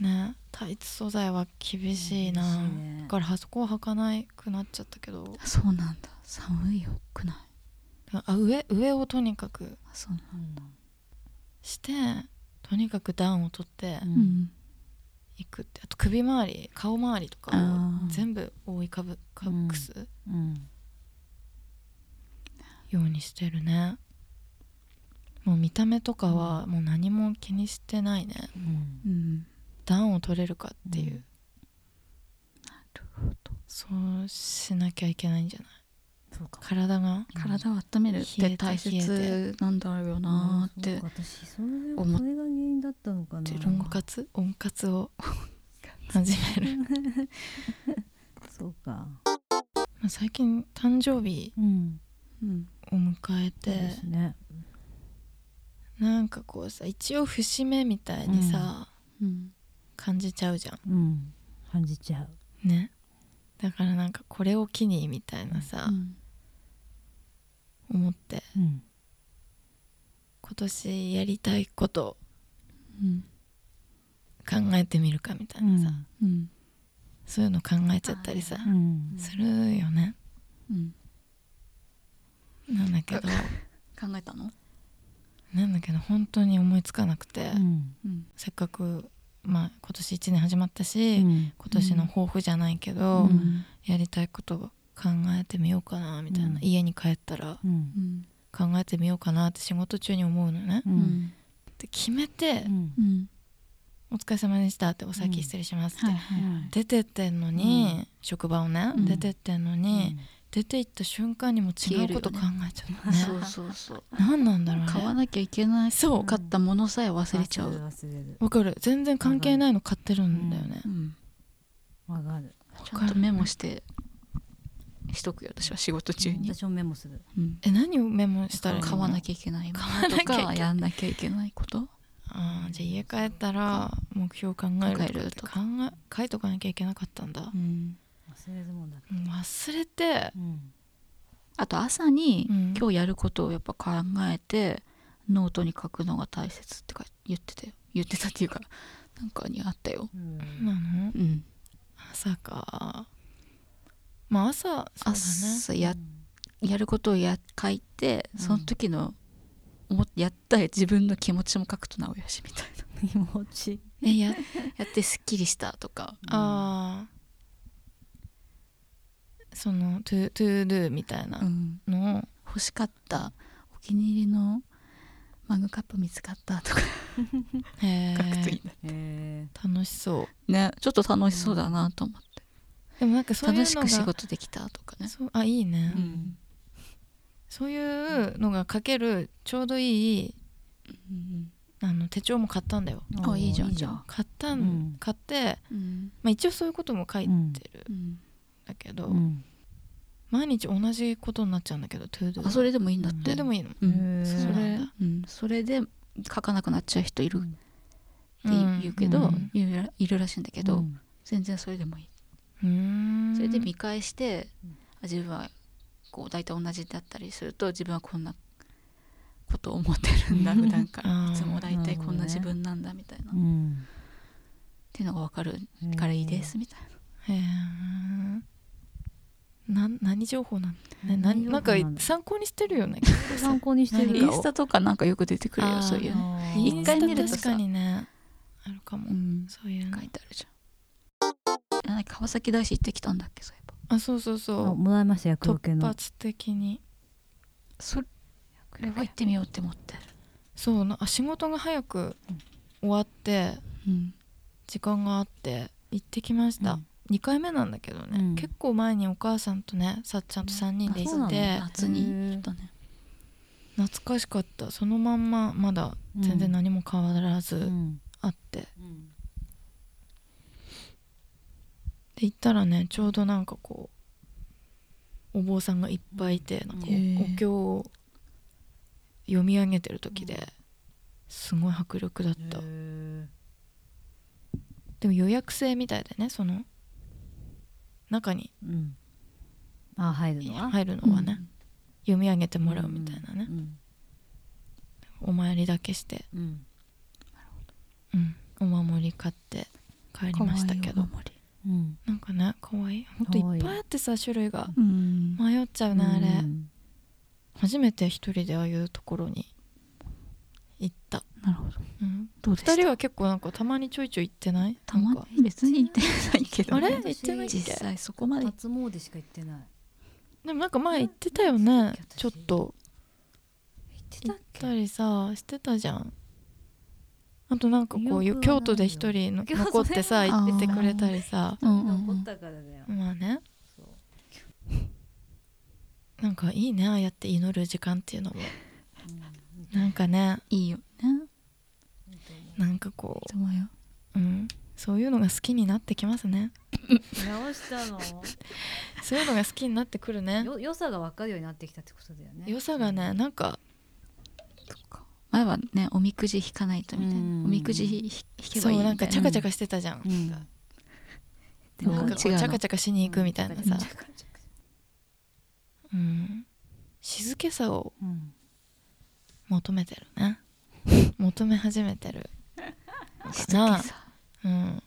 [SPEAKER 3] ねタイツ素材は厳しいな、
[SPEAKER 4] 厳しいね
[SPEAKER 3] だからあそこは履かないくなっちゃったけど
[SPEAKER 2] そうなんだ寒いよくない
[SPEAKER 3] あ上上をとにかく
[SPEAKER 2] あそうなんだ
[SPEAKER 3] してとにかく段を取って
[SPEAKER 4] う
[SPEAKER 2] うんん、
[SPEAKER 3] いくってあと首周り顔周りとか
[SPEAKER 2] あ
[SPEAKER 3] を
[SPEAKER 2] ー
[SPEAKER 3] 全部覆いかぶかぶす
[SPEAKER 4] うん
[SPEAKER 3] ようにしてるねもう見た目とかはもう何も気にしてないね
[SPEAKER 4] うん
[SPEAKER 2] うん、
[SPEAKER 3] 段を取れるかっていう、
[SPEAKER 4] うん
[SPEAKER 2] なるほど
[SPEAKER 3] そうしなきゃいけないんじゃない
[SPEAKER 4] そうか
[SPEAKER 3] 体が
[SPEAKER 2] 体を温めるって大切なんだろうなーっ
[SPEAKER 4] うん
[SPEAKER 2] て
[SPEAKER 4] そうか私それ
[SPEAKER 2] 思っ
[SPEAKER 4] それが原因だったのかな
[SPEAKER 2] てる
[SPEAKER 3] 温活温活を始める、
[SPEAKER 4] そうか
[SPEAKER 3] まあ、最近誕生日
[SPEAKER 4] うん
[SPEAKER 2] うん
[SPEAKER 3] を迎えて、
[SPEAKER 4] そうですね
[SPEAKER 3] なんかこうさ一応節目みたいにさ、
[SPEAKER 2] うん
[SPEAKER 3] 感じちゃうじゃ
[SPEAKER 4] うん感じちゃうん
[SPEAKER 3] ねだからなんかこれを機にみたいなさ、
[SPEAKER 2] うん
[SPEAKER 3] 思って
[SPEAKER 4] うん
[SPEAKER 3] 今年やりたいこと
[SPEAKER 2] うん
[SPEAKER 3] 考えてみるかみたいなさ、
[SPEAKER 2] うん
[SPEAKER 3] そういうの考えちゃったりさ
[SPEAKER 4] う、ん
[SPEAKER 3] するよね
[SPEAKER 2] うん
[SPEAKER 3] なんだけど
[SPEAKER 2] 考えたの
[SPEAKER 3] なんだけど本当に思いつかなくて、
[SPEAKER 4] うん
[SPEAKER 2] うん
[SPEAKER 3] せっかく、まあ、今年1年始まったし、
[SPEAKER 4] うん
[SPEAKER 3] 今年の抱負じゃないけ
[SPEAKER 2] う
[SPEAKER 3] ど、
[SPEAKER 2] ん
[SPEAKER 3] やりたいことを考えてみようかなみたいな、
[SPEAKER 4] うん
[SPEAKER 3] 家に帰ったら
[SPEAKER 4] うん
[SPEAKER 2] うん
[SPEAKER 3] 考えてみようかなって仕事中に思うのね。
[SPEAKER 4] う
[SPEAKER 2] うんん
[SPEAKER 3] で決めて
[SPEAKER 4] うん
[SPEAKER 2] うん
[SPEAKER 3] 「お疲れ様でした」って「お先失礼します」って、
[SPEAKER 2] はいはいはい
[SPEAKER 3] 出てってんのに、職場をね、
[SPEAKER 2] うん
[SPEAKER 3] 出てってんのに、出て行った瞬間にもう違うこと考えちゃったね
[SPEAKER 2] そうそうそう
[SPEAKER 3] 何なんだろう
[SPEAKER 2] 買わ
[SPEAKER 3] ね
[SPEAKER 2] なきゃいけない
[SPEAKER 3] そう
[SPEAKER 2] 買ったものさえ忘れちゃう
[SPEAKER 4] 忘れる
[SPEAKER 3] わかる全然関係ないの買ってるんだよね、
[SPEAKER 2] うん
[SPEAKER 4] わかる
[SPEAKER 2] ちゃんとメモしてしとくよ私は仕事中に
[SPEAKER 4] 私もメモする
[SPEAKER 2] うん
[SPEAKER 3] え何をメモしたらいいの
[SPEAKER 2] 買わなきゃいけないものと
[SPEAKER 3] 買わな
[SPEAKER 2] か
[SPEAKER 3] きゃいけない
[SPEAKER 2] やんなきゃいけないこと
[SPEAKER 3] あーじゃあ家帰ったら目標考えると
[SPEAKER 2] 考
[SPEAKER 3] か
[SPEAKER 2] える
[SPEAKER 3] って
[SPEAKER 2] と
[SPEAKER 3] 考え書いとかなきゃいけなかったんだ、
[SPEAKER 2] うん
[SPEAKER 4] 忘れるもんだ
[SPEAKER 3] もう忘れて
[SPEAKER 4] うん
[SPEAKER 2] あと朝に
[SPEAKER 3] うん
[SPEAKER 2] 今日やることをやっぱ考えて、ノートに書くのが大切ってか言ってたよ言ってたっていうかなんかにあったよ
[SPEAKER 4] うん
[SPEAKER 3] なの
[SPEAKER 2] うん
[SPEAKER 3] 朝かまあ朝そうだね
[SPEAKER 2] 朝ややることをや書いて
[SPEAKER 4] ん
[SPEAKER 2] その時の、思っやった自分の気持ちも書くと直よしみ たいな
[SPEAKER 4] 気持ち
[SPEAKER 3] えや
[SPEAKER 2] やってすっきりしたとか
[SPEAKER 3] あーそのトゥトゥードゥみたいな
[SPEAKER 2] うん
[SPEAKER 3] のを
[SPEAKER 2] 欲しかったお気に入りのマグカップ見つかったとか
[SPEAKER 3] へ
[SPEAKER 2] 書
[SPEAKER 3] ー
[SPEAKER 2] くといいね,、
[SPEAKER 4] へ
[SPEAKER 3] 楽しそう
[SPEAKER 2] ねちょっと楽しそうだなと思って、
[SPEAKER 3] でもなんかそういうの
[SPEAKER 2] 楽
[SPEAKER 3] が
[SPEAKER 2] しく仕事できたとかね
[SPEAKER 3] そうあいいね、
[SPEAKER 2] うん
[SPEAKER 3] そういうのが書けるちょうどいい
[SPEAKER 2] うん
[SPEAKER 3] あの手帳も買ったんだよ
[SPEAKER 2] あいいじゃんじゃあ
[SPEAKER 3] 買ったん、
[SPEAKER 4] うん
[SPEAKER 3] 買って、
[SPEAKER 2] うん
[SPEAKER 3] まあ、一応そういうことも書いてるん
[SPEAKER 2] うん
[SPEAKER 3] だけど、
[SPEAKER 4] うん
[SPEAKER 3] 毎日同じことになっちゃうんだけどトゥードゥ
[SPEAKER 2] あそれでもいいんだって、
[SPEAKER 3] でもいいの
[SPEAKER 2] う
[SPEAKER 4] へ
[SPEAKER 2] ん、
[SPEAKER 4] ー
[SPEAKER 2] そ
[SPEAKER 3] そうな
[SPEAKER 2] れ
[SPEAKER 3] んだ
[SPEAKER 2] うん、それで書かなくなっちゃう人いるって言
[SPEAKER 3] うん
[SPEAKER 2] う言うけど、
[SPEAKER 3] うん
[SPEAKER 2] いるらいるらしいんだけど、
[SPEAKER 4] うん
[SPEAKER 2] 全然それでもいい、
[SPEAKER 3] うーん
[SPEAKER 2] それで見返して
[SPEAKER 4] うん
[SPEAKER 2] あ自分はこう大体同じだったりすると自分はこんなことを思ってるんだ普段か
[SPEAKER 3] あ
[SPEAKER 2] ら
[SPEAKER 3] ー
[SPEAKER 2] いつも大体こんな
[SPEAKER 4] なるほどね
[SPEAKER 2] 自分なんだみたいな、
[SPEAKER 4] う
[SPEAKER 2] っ
[SPEAKER 4] ん
[SPEAKER 2] ていうのが分かるからいいですみたいな、
[SPEAKER 3] へーなん何情報なんね、な
[SPEAKER 4] 何情報
[SPEAKER 3] なんか
[SPEAKER 4] なんだ
[SPEAKER 3] 参考にしてるよね
[SPEAKER 4] 参考にして
[SPEAKER 3] 何
[SPEAKER 4] る
[SPEAKER 3] が
[SPEAKER 2] インスタとかなんかよく出てくる
[SPEAKER 3] あー
[SPEAKER 2] よそういうね、
[SPEAKER 4] いい
[SPEAKER 2] 一回見るとさ
[SPEAKER 3] 確かにねあるかも、
[SPEAKER 2] うん、
[SPEAKER 3] そういうの
[SPEAKER 2] 書いてあるじゃんなんか川崎大師行ってきたんだっけそういえば
[SPEAKER 3] あそうそう
[SPEAKER 4] あ
[SPEAKER 3] そ
[SPEAKER 4] もらいました
[SPEAKER 3] う
[SPEAKER 4] 役受
[SPEAKER 3] 突
[SPEAKER 4] けの
[SPEAKER 3] 発的に
[SPEAKER 2] それは行ってみようって思ってる、
[SPEAKER 3] そうなあ仕事が早く終わって
[SPEAKER 2] うん
[SPEAKER 3] 時間があって行ってきました、2回目なんだけどね、
[SPEAKER 4] うん
[SPEAKER 3] 結構前にお母さんとねさっちゃんと3人で
[SPEAKER 2] あそう
[SPEAKER 3] 行
[SPEAKER 2] な
[SPEAKER 3] っ
[SPEAKER 2] の
[SPEAKER 3] て
[SPEAKER 2] 夏に行ったね
[SPEAKER 3] 懐かしかったそのまんままだ全然何も変わら
[SPEAKER 4] う
[SPEAKER 3] ず
[SPEAKER 4] ん
[SPEAKER 3] あって、で
[SPEAKER 4] うん
[SPEAKER 3] 行ったらねちょうどなんかこうお坊さんがいっぱいいてなんか
[SPEAKER 2] へえ
[SPEAKER 3] おお経を読み上げてる時ですごい迫力だった、でも予約制みたいでねその中に
[SPEAKER 4] うんあ入るのは
[SPEAKER 3] 入るのはね、読み上げてもらうみたいなね
[SPEAKER 4] う、ん
[SPEAKER 3] お参りだけして、
[SPEAKER 4] うん
[SPEAKER 3] うん、お守り買って帰りましたけど
[SPEAKER 4] うん
[SPEAKER 3] なんかねかわいいほんといっぱいあってさ種類が
[SPEAKER 2] うん
[SPEAKER 3] 迷っちゃうなあれ、
[SPEAKER 4] うん
[SPEAKER 3] 初めて一人でああいうところに行った、
[SPEAKER 2] なるほど
[SPEAKER 3] うん、
[SPEAKER 2] どうでした
[SPEAKER 3] 二人は結構なんかたまにちょいちょい行ってない
[SPEAKER 2] たま
[SPEAKER 3] なんか
[SPEAKER 2] に別に行ってないけど
[SPEAKER 3] あ
[SPEAKER 2] ね
[SPEAKER 3] れ行ってないっけ
[SPEAKER 2] 実際そこまで
[SPEAKER 4] 初詣しか行ってない
[SPEAKER 3] でもなんか前行ってたよね
[SPEAKER 4] 私
[SPEAKER 3] ちょっと
[SPEAKER 4] 行っ
[SPEAKER 3] 行
[SPEAKER 4] てた
[SPEAKER 3] っ
[SPEAKER 4] ったけ
[SPEAKER 3] りさしてたじゃんあとなんかこう
[SPEAKER 4] 記憶がない
[SPEAKER 3] いう
[SPEAKER 4] よ
[SPEAKER 3] 京都で一人の
[SPEAKER 4] 京都で
[SPEAKER 3] 残ってさ
[SPEAKER 2] あ
[SPEAKER 3] 行
[SPEAKER 2] ー
[SPEAKER 3] ってくれたりさ
[SPEAKER 2] うんうんう
[SPEAKER 4] 残っ
[SPEAKER 2] ん
[SPEAKER 4] たからだよ
[SPEAKER 3] まあね
[SPEAKER 4] そう
[SPEAKER 3] なんかいいねああやって祈る時間っていうのも
[SPEAKER 4] うん
[SPEAKER 3] なんかね
[SPEAKER 2] いいよね
[SPEAKER 3] なんかこ
[SPEAKER 2] すごいよ
[SPEAKER 3] う、うん、そういうのが好きになってきますね
[SPEAKER 4] 直したの
[SPEAKER 3] そういうのが好きになってくるね
[SPEAKER 4] よ良さが分かるようになってきたってことだよね
[SPEAKER 3] 良さがねなんか
[SPEAKER 2] 前はねおみくじ引かないとみたい
[SPEAKER 4] うん
[SPEAKER 2] なおみくじひひ引け
[SPEAKER 3] そ
[SPEAKER 2] ばいいうみたいな
[SPEAKER 3] なんかチャカチャカしてたじゃん、
[SPEAKER 4] うん
[SPEAKER 2] でも
[SPEAKER 3] なんかこうチ
[SPEAKER 2] 違うの
[SPEAKER 3] ャカチャカしに行くみたいなさ
[SPEAKER 4] うん、チャカチャカ
[SPEAKER 3] うん、静けさを
[SPEAKER 4] うん
[SPEAKER 3] 求めてるね求め始めてる
[SPEAKER 2] し
[SPEAKER 3] かな
[SPEAKER 2] つけさ
[SPEAKER 3] うん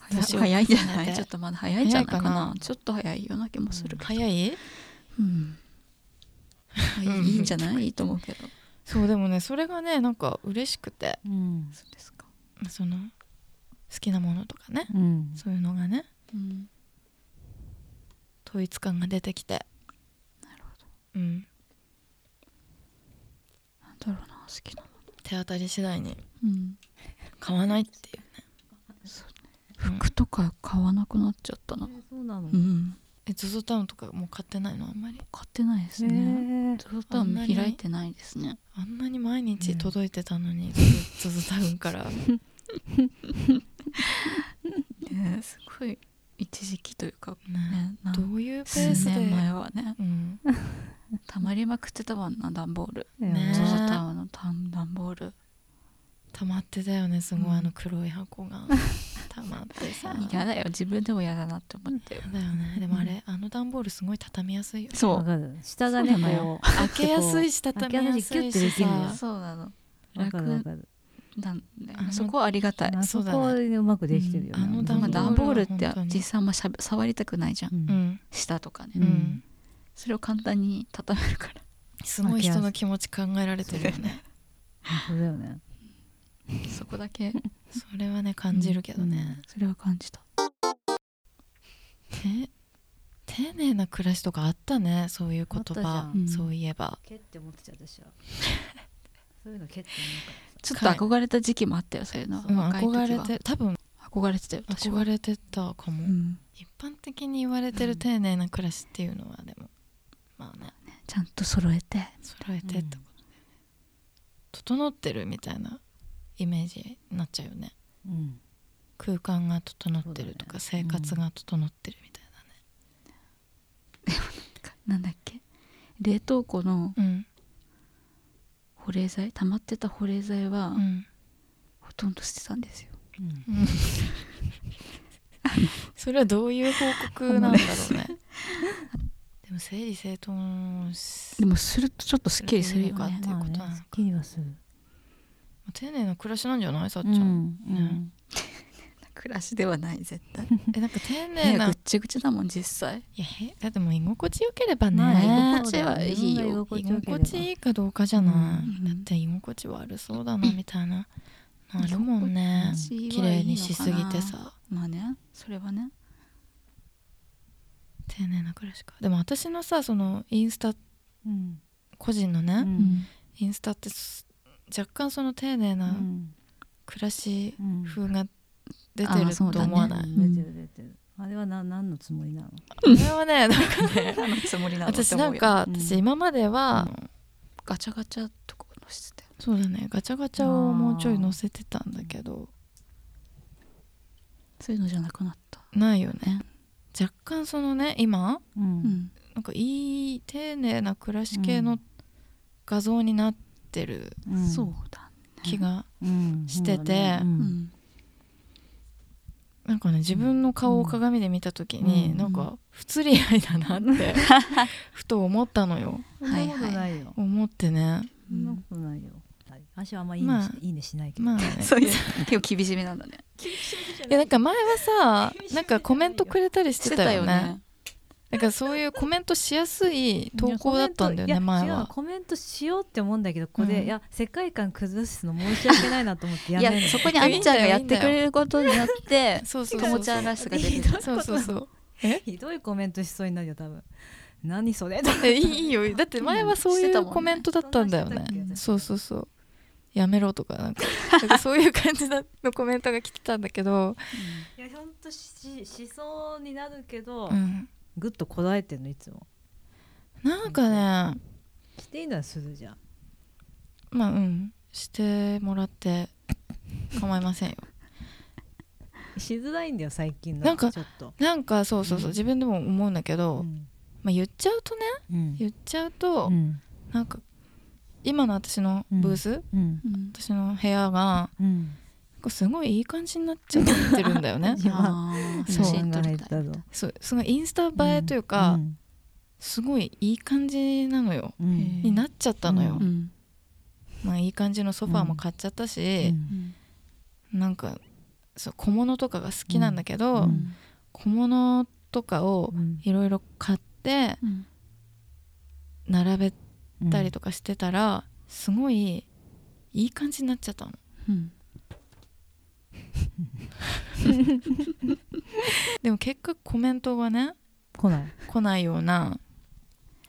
[SPEAKER 2] 早早いんじゃない
[SPEAKER 3] ね
[SPEAKER 2] ちょっとまだ早いんじゃないかな
[SPEAKER 3] 早いかな
[SPEAKER 2] ちょっと早いような気もするけど
[SPEAKER 3] 早い
[SPEAKER 2] うん、まあいいいいんじゃないいいと思うけど
[SPEAKER 3] そうでもねそれがねなんか嬉しくて
[SPEAKER 4] うん
[SPEAKER 2] そうですか、
[SPEAKER 3] その好きなものとかね
[SPEAKER 4] うん
[SPEAKER 3] そういうのがね
[SPEAKER 2] うん、
[SPEAKER 3] 統一感が出てきてなるほどうん
[SPEAKER 2] なんだろうな好きなも
[SPEAKER 3] 手当たり次第に
[SPEAKER 2] のうん
[SPEAKER 3] 買わないっていううん
[SPEAKER 2] 服とか買わなくなっちゃったな
[SPEAKER 4] えそうなの
[SPEAKER 2] うん
[SPEAKER 3] え ZOZO タウンとかもう買ってないのあんまり
[SPEAKER 2] 買ってないですね
[SPEAKER 4] ね
[SPEAKER 2] ゾロタウン開いてないですね
[SPEAKER 3] あんなに毎日届いてたの に、ゾゾタウンから
[SPEAKER 2] ねすごい一時期というか
[SPEAKER 3] ね
[SPEAKER 2] ねなん
[SPEAKER 3] どういうペ
[SPEAKER 2] 数
[SPEAKER 3] ースで、
[SPEAKER 2] 年前はね
[SPEAKER 3] うん、
[SPEAKER 2] 溜まりまくってたもんな段ボール
[SPEAKER 3] ね
[SPEAKER 2] ゾゾタウンの段段ボール
[SPEAKER 3] 溜まってたよねすごい、
[SPEAKER 2] うん
[SPEAKER 3] あの黒い箱 が溜まってさ
[SPEAKER 2] 嫌だよ自分でも嫌だなって思って
[SPEAKER 3] 嫌だよねでもあれあの段ボールすごい畳みやすいよ
[SPEAKER 2] そ
[SPEAKER 4] わ
[SPEAKER 2] う
[SPEAKER 4] かる下がね
[SPEAKER 2] そうなの
[SPEAKER 4] こう
[SPEAKER 3] 開けやすいし
[SPEAKER 4] 開
[SPEAKER 3] 畳
[SPEAKER 4] け
[SPEAKER 3] み
[SPEAKER 4] やす
[SPEAKER 3] や
[SPEAKER 4] いし
[SPEAKER 3] すい
[SPEAKER 4] キュッて
[SPEAKER 3] し
[SPEAKER 4] できるんだ
[SPEAKER 3] さ
[SPEAKER 2] そうなの
[SPEAKER 4] わかるわ
[SPEAKER 2] 楽
[SPEAKER 4] かる
[SPEAKER 2] なんだよ
[SPEAKER 3] あの
[SPEAKER 2] ねそこはありがたい
[SPEAKER 4] あ
[SPEAKER 3] そ
[SPEAKER 4] そう
[SPEAKER 3] だね
[SPEAKER 4] こはねうまくできてるよね
[SPEAKER 3] うんあの
[SPEAKER 2] まあ段
[SPEAKER 3] 段
[SPEAKER 2] ボ
[SPEAKER 3] ボ
[SPEAKER 2] ー
[SPEAKER 3] ー
[SPEAKER 2] ル
[SPEAKER 3] ル
[SPEAKER 2] って
[SPEAKER 3] 本当に
[SPEAKER 2] 実際あんましゃべ触りたくないじゃん、
[SPEAKER 4] うん
[SPEAKER 3] うん、
[SPEAKER 2] 下とかね、
[SPEAKER 3] う
[SPEAKER 4] うんん
[SPEAKER 2] それを簡単に畳めるから
[SPEAKER 3] すごい人の気持ち考えられてるよね
[SPEAKER 4] そうだよね
[SPEAKER 2] そこだけ
[SPEAKER 3] それはね感じるけどね、
[SPEAKER 2] それは感じた
[SPEAKER 3] て丁寧な暮らしとかあったねそういう言
[SPEAKER 4] あったじゃ
[SPEAKER 3] 葉
[SPEAKER 4] ん、
[SPEAKER 2] うん
[SPEAKER 3] そういえば
[SPEAKER 4] けって思ってちゃ私はそういうのけって
[SPEAKER 2] ちょっと憧れた時期もあったよそういうのは、
[SPEAKER 3] うん
[SPEAKER 2] 若い時は
[SPEAKER 3] 憧れて多分
[SPEAKER 2] 憧れてたよ私は
[SPEAKER 3] 憧れてたか
[SPEAKER 2] う
[SPEAKER 3] も、
[SPEAKER 2] ん、
[SPEAKER 3] 一般的に言われてる丁寧な暮らしっていうのはでもまあね
[SPEAKER 2] ちゃんと揃えて
[SPEAKER 3] 揃えて
[SPEAKER 4] う
[SPEAKER 3] っ
[SPEAKER 4] ん
[SPEAKER 3] てこと、整ってるみたいなイメージになっちゃうよね
[SPEAKER 4] 思うからさ
[SPEAKER 3] 空間が整ってるとか、
[SPEAKER 4] そうだね
[SPEAKER 3] 生活が整ってるみたい
[SPEAKER 2] なんだっけ冷凍庫の
[SPEAKER 3] なうん
[SPEAKER 2] 保冷剤溜まってた保冷剤は、
[SPEAKER 3] うん、
[SPEAKER 2] ほとんど捨てたんですよ
[SPEAKER 4] うんうん
[SPEAKER 3] うん、それはどういう報告なんだろうねでも整理整頓をし
[SPEAKER 2] でもするとちょっとすっきりするよ
[SPEAKER 3] する
[SPEAKER 2] ね
[SPEAKER 3] ということなのか
[SPEAKER 4] まあねすっきりはする
[SPEAKER 3] 丁寧な暮らしなんじゃないさっち
[SPEAKER 4] う
[SPEAKER 3] ゃ
[SPEAKER 4] ん
[SPEAKER 3] ん、
[SPEAKER 4] うん
[SPEAKER 2] 暮らしではない絶対
[SPEAKER 3] えなんか丁
[SPEAKER 2] 部
[SPEAKER 3] 寧
[SPEAKER 2] 屋
[SPEAKER 3] な
[SPEAKER 2] ぐ
[SPEAKER 3] い
[SPEAKER 2] っちゃぐちゃだもん実際
[SPEAKER 3] やへだってもう居心地よければね、
[SPEAKER 4] ま
[SPEAKER 2] ね
[SPEAKER 4] あ居心地
[SPEAKER 2] ね
[SPEAKER 4] 自分が居心
[SPEAKER 3] 居
[SPEAKER 4] 地よければ
[SPEAKER 3] 心地いいかどうかじゃない、
[SPEAKER 2] うん
[SPEAKER 3] だって居心地悪そうだなみたいなのあるもんね
[SPEAKER 2] 居心地
[SPEAKER 3] 綺
[SPEAKER 2] はいいのかな
[SPEAKER 3] 麗にしすぎてさ
[SPEAKER 2] まあねそれはね
[SPEAKER 3] 丁寧な暮らしかでも私のさそのインスタ
[SPEAKER 4] うん
[SPEAKER 3] 個人のね、
[SPEAKER 4] う
[SPEAKER 2] うん
[SPEAKER 3] インスタってす若干その丁寧
[SPEAKER 4] う
[SPEAKER 3] なん暮らし
[SPEAKER 4] うん
[SPEAKER 3] 風が出
[SPEAKER 2] あ
[SPEAKER 3] て
[SPEAKER 2] ー
[SPEAKER 3] ると
[SPEAKER 2] そうだね
[SPEAKER 3] 思わない、
[SPEAKER 4] 出てる出てるあれはな何のつもりなの
[SPEAKER 3] これは ねなんかね
[SPEAKER 2] 何のつもりなの
[SPEAKER 3] 私なんか、
[SPEAKER 4] うん
[SPEAKER 3] 私今までは、
[SPEAKER 2] ガチャガチャとかのしてたよ
[SPEAKER 3] そうだねガチャガチャをもうちょい乗せてたんだけど
[SPEAKER 2] そういうのじゃなくなった
[SPEAKER 3] ないよね若干そのね今
[SPEAKER 4] うん
[SPEAKER 2] うん
[SPEAKER 3] なんかいい丁寧な暮らし系の画像になってる
[SPEAKER 4] うん
[SPEAKER 2] そうだ
[SPEAKER 3] 気が、
[SPEAKER 4] うん
[SPEAKER 3] してて
[SPEAKER 4] そうだねう
[SPEAKER 2] うんん
[SPEAKER 3] なんかね自分の顔を鏡で見た時に、
[SPEAKER 4] うん
[SPEAKER 3] なんか不釣り合いだなって ふと思ったのよ
[SPEAKER 4] そんなことないよ
[SPEAKER 3] 思ってね
[SPEAKER 4] そんなことないよ私はあんまいいねし
[SPEAKER 3] まあ
[SPEAKER 4] いいねしないけど
[SPEAKER 3] まあ ね
[SPEAKER 2] そういう結構厳しめなんだね
[SPEAKER 3] いやなんか前はさなんかコメントくれたりしてたよねなんかそういうコメントしやすい投稿だったんだよ
[SPEAKER 4] い
[SPEAKER 3] ね
[SPEAKER 4] や
[SPEAKER 3] 前
[SPEAKER 4] 違うの
[SPEAKER 3] は
[SPEAKER 4] コメントしようって思うんだけどここで、
[SPEAKER 3] うん
[SPEAKER 4] いや世界観崩すの申し訳ないなと思ってや
[SPEAKER 2] い
[SPEAKER 4] め
[SPEAKER 2] や
[SPEAKER 4] る
[SPEAKER 2] そこにあみちゃんがやってくれることによって
[SPEAKER 3] そうそう
[SPEAKER 2] と
[SPEAKER 3] そ
[SPEAKER 2] も
[SPEAKER 3] う
[SPEAKER 2] ち
[SPEAKER 3] そ
[SPEAKER 2] ゃ
[SPEAKER 3] うん
[SPEAKER 2] らしさが出てる
[SPEAKER 3] そうそうそう
[SPEAKER 4] ひどいコメントしそうになるよ多分何それとか
[SPEAKER 3] えいいいいよだって前はそう
[SPEAKER 2] して
[SPEAKER 3] い
[SPEAKER 2] た
[SPEAKER 3] う
[SPEAKER 2] もんね
[SPEAKER 3] コメントだったんだよ
[SPEAKER 4] そんな人だっ
[SPEAKER 3] ね
[SPEAKER 4] け
[SPEAKER 3] そうそうそうやめろとかなんかなんかそういう感じのコメントが来てたんだけど、
[SPEAKER 4] いやほんとししそうになるけど、
[SPEAKER 3] うん、
[SPEAKER 4] ぐっとこらえてんのいつも
[SPEAKER 3] なんかね
[SPEAKER 4] していいならするじゃん
[SPEAKER 3] まあうんしてもらって構いませんよ
[SPEAKER 4] しづらいんだよ最近の
[SPEAKER 3] なんか
[SPEAKER 4] ちょっと、
[SPEAKER 3] なんかそうそうそう、
[SPEAKER 4] うん
[SPEAKER 3] 自分でも思うんだけど、
[SPEAKER 4] うん
[SPEAKER 3] まあ、言っちゃうとね
[SPEAKER 4] うん
[SPEAKER 3] 言っちゃうと、
[SPEAKER 4] うん
[SPEAKER 3] なんか今の私のブース、
[SPEAKER 4] うん
[SPEAKER 2] うん
[SPEAKER 3] 私の部屋が
[SPEAKER 4] うん
[SPEAKER 3] なんかすごいいい感じになっちゃってるんだよ ね
[SPEAKER 4] いや
[SPEAKER 2] あー
[SPEAKER 3] そう
[SPEAKER 2] 写真撮りたい
[SPEAKER 4] ぞ
[SPEAKER 3] そうすごいインスタ映えというか、
[SPEAKER 4] うん
[SPEAKER 3] すごいいい感じなのよ、
[SPEAKER 4] うん
[SPEAKER 2] へー
[SPEAKER 3] になっちゃったのよ、
[SPEAKER 2] うん
[SPEAKER 3] まあいい感じのソファーも買っちゃった
[SPEAKER 4] う
[SPEAKER 3] し、
[SPEAKER 4] ん
[SPEAKER 3] なんかそう小物とかが好きなんだけど、
[SPEAKER 4] うん
[SPEAKER 3] 小物とかを
[SPEAKER 4] うん
[SPEAKER 3] いろいろ買って
[SPEAKER 2] うん
[SPEAKER 3] 並べたりとかしてたら、すごいいい感じになっちゃったの
[SPEAKER 2] うん
[SPEAKER 3] でも結果コメントがね
[SPEAKER 4] 来ない
[SPEAKER 3] 来ないような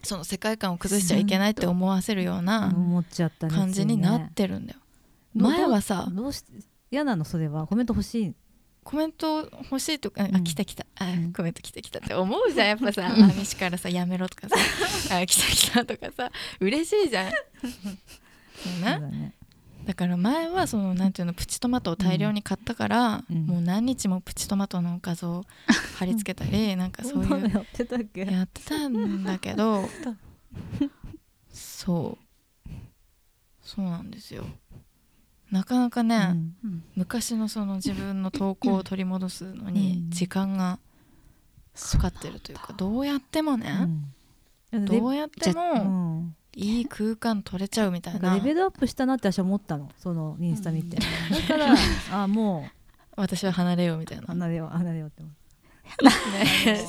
[SPEAKER 3] その世界観を崩しちゃいけないって思わせるような
[SPEAKER 4] 思っちゃったね
[SPEAKER 3] 感じになってるんだよ、前はさ
[SPEAKER 4] どうし嫌なのそれはコメント欲しい
[SPEAKER 3] コメント欲しいとか、あ
[SPEAKER 4] うん
[SPEAKER 3] 来た来たあ、
[SPEAKER 4] ん
[SPEAKER 3] コメント来た来たって思うじゃ んやっぱさあ西からさやめろとかさあ来た来たとかさ嬉しいじゃん。そう
[SPEAKER 4] そうだ
[SPEAKER 3] ね、
[SPEAKER 4] ね
[SPEAKER 3] だから前はそのなんていうのプチトマトを大量に買ったから、
[SPEAKER 4] うん
[SPEAKER 3] もう何日もプチトマトの画像を貼り付けたり、なんかそうい
[SPEAKER 4] こんな
[SPEAKER 3] う
[SPEAKER 4] のやってたっけ
[SPEAKER 3] やってたんだけどそうそうなんですよなかなかね、
[SPEAKER 4] うん
[SPEAKER 3] 昔のその自分の投稿を取り戻すのに
[SPEAKER 4] うん
[SPEAKER 3] 時間がかかってるというかどうやっても
[SPEAKER 4] う
[SPEAKER 3] ね、
[SPEAKER 4] んで
[SPEAKER 3] どうやって
[SPEAKER 4] う
[SPEAKER 3] も
[SPEAKER 4] ん
[SPEAKER 3] いい空間取れちゃうみた
[SPEAKER 4] ないんか
[SPEAKER 3] な
[SPEAKER 4] レベルアップしたなって私は思ったのそのインスタ見て、だからあも
[SPEAKER 3] 私は離れようみたいな
[SPEAKER 4] う離れよう離れようって思っ
[SPEAKER 3] ね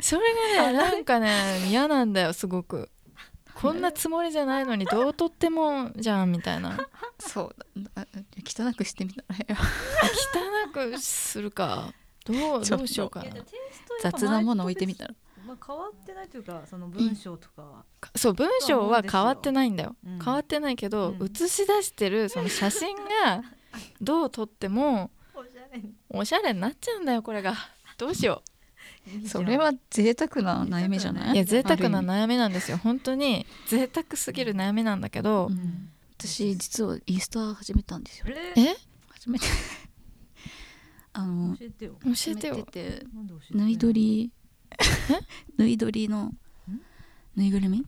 [SPEAKER 3] それがねなんかね嫌なんだよすごくこんなつもりじゃないのにどう取ってもじゃんみたいな
[SPEAKER 2] そうあ汚くしてみたらいいよ
[SPEAKER 3] 汚くするかどう
[SPEAKER 2] ちょっと
[SPEAKER 3] どうしようかな
[SPEAKER 4] た
[SPEAKER 2] 雑なもの置いてみたら
[SPEAKER 4] まあ、変わってないというかその文章とかは、
[SPEAKER 3] かそう文章は変わってないんだよ、
[SPEAKER 4] うん
[SPEAKER 3] 変わってないけど、
[SPEAKER 4] うん
[SPEAKER 3] 写し出してるその写真がどう撮っても
[SPEAKER 4] おしゃれに
[SPEAKER 3] おしゃれになっちゃうんだよこれがどうしよ
[SPEAKER 4] いいじゃん
[SPEAKER 2] それは贅沢な悩みじゃな
[SPEAKER 3] う
[SPEAKER 2] い
[SPEAKER 3] いや贅沢な
[SPEAKER 2] ある
[SPEAKER 3] 悩みなんですよ本当に贅沢すぎる悩みなんだけど、
[SPEAKER 2] うん
[SPEAKER 4] うん
[SPEAKER 2] 意味私実はインスタ始めたんですよ
[SPEAKER 4] え
[SPEAKER 3] え
[SPEAKER 2] 初めて あの
[SPEAKER 4] 教えてよ
[SPEAKER 3] 教えて
[SPEAKER 2] 始め
[SPEAKER 3] よ
[SPEAKER 2] てて
[SPEAKER 4] なんで教えて
[SPEAKER 2] ぬいどりぬいどりのぬいぐるみ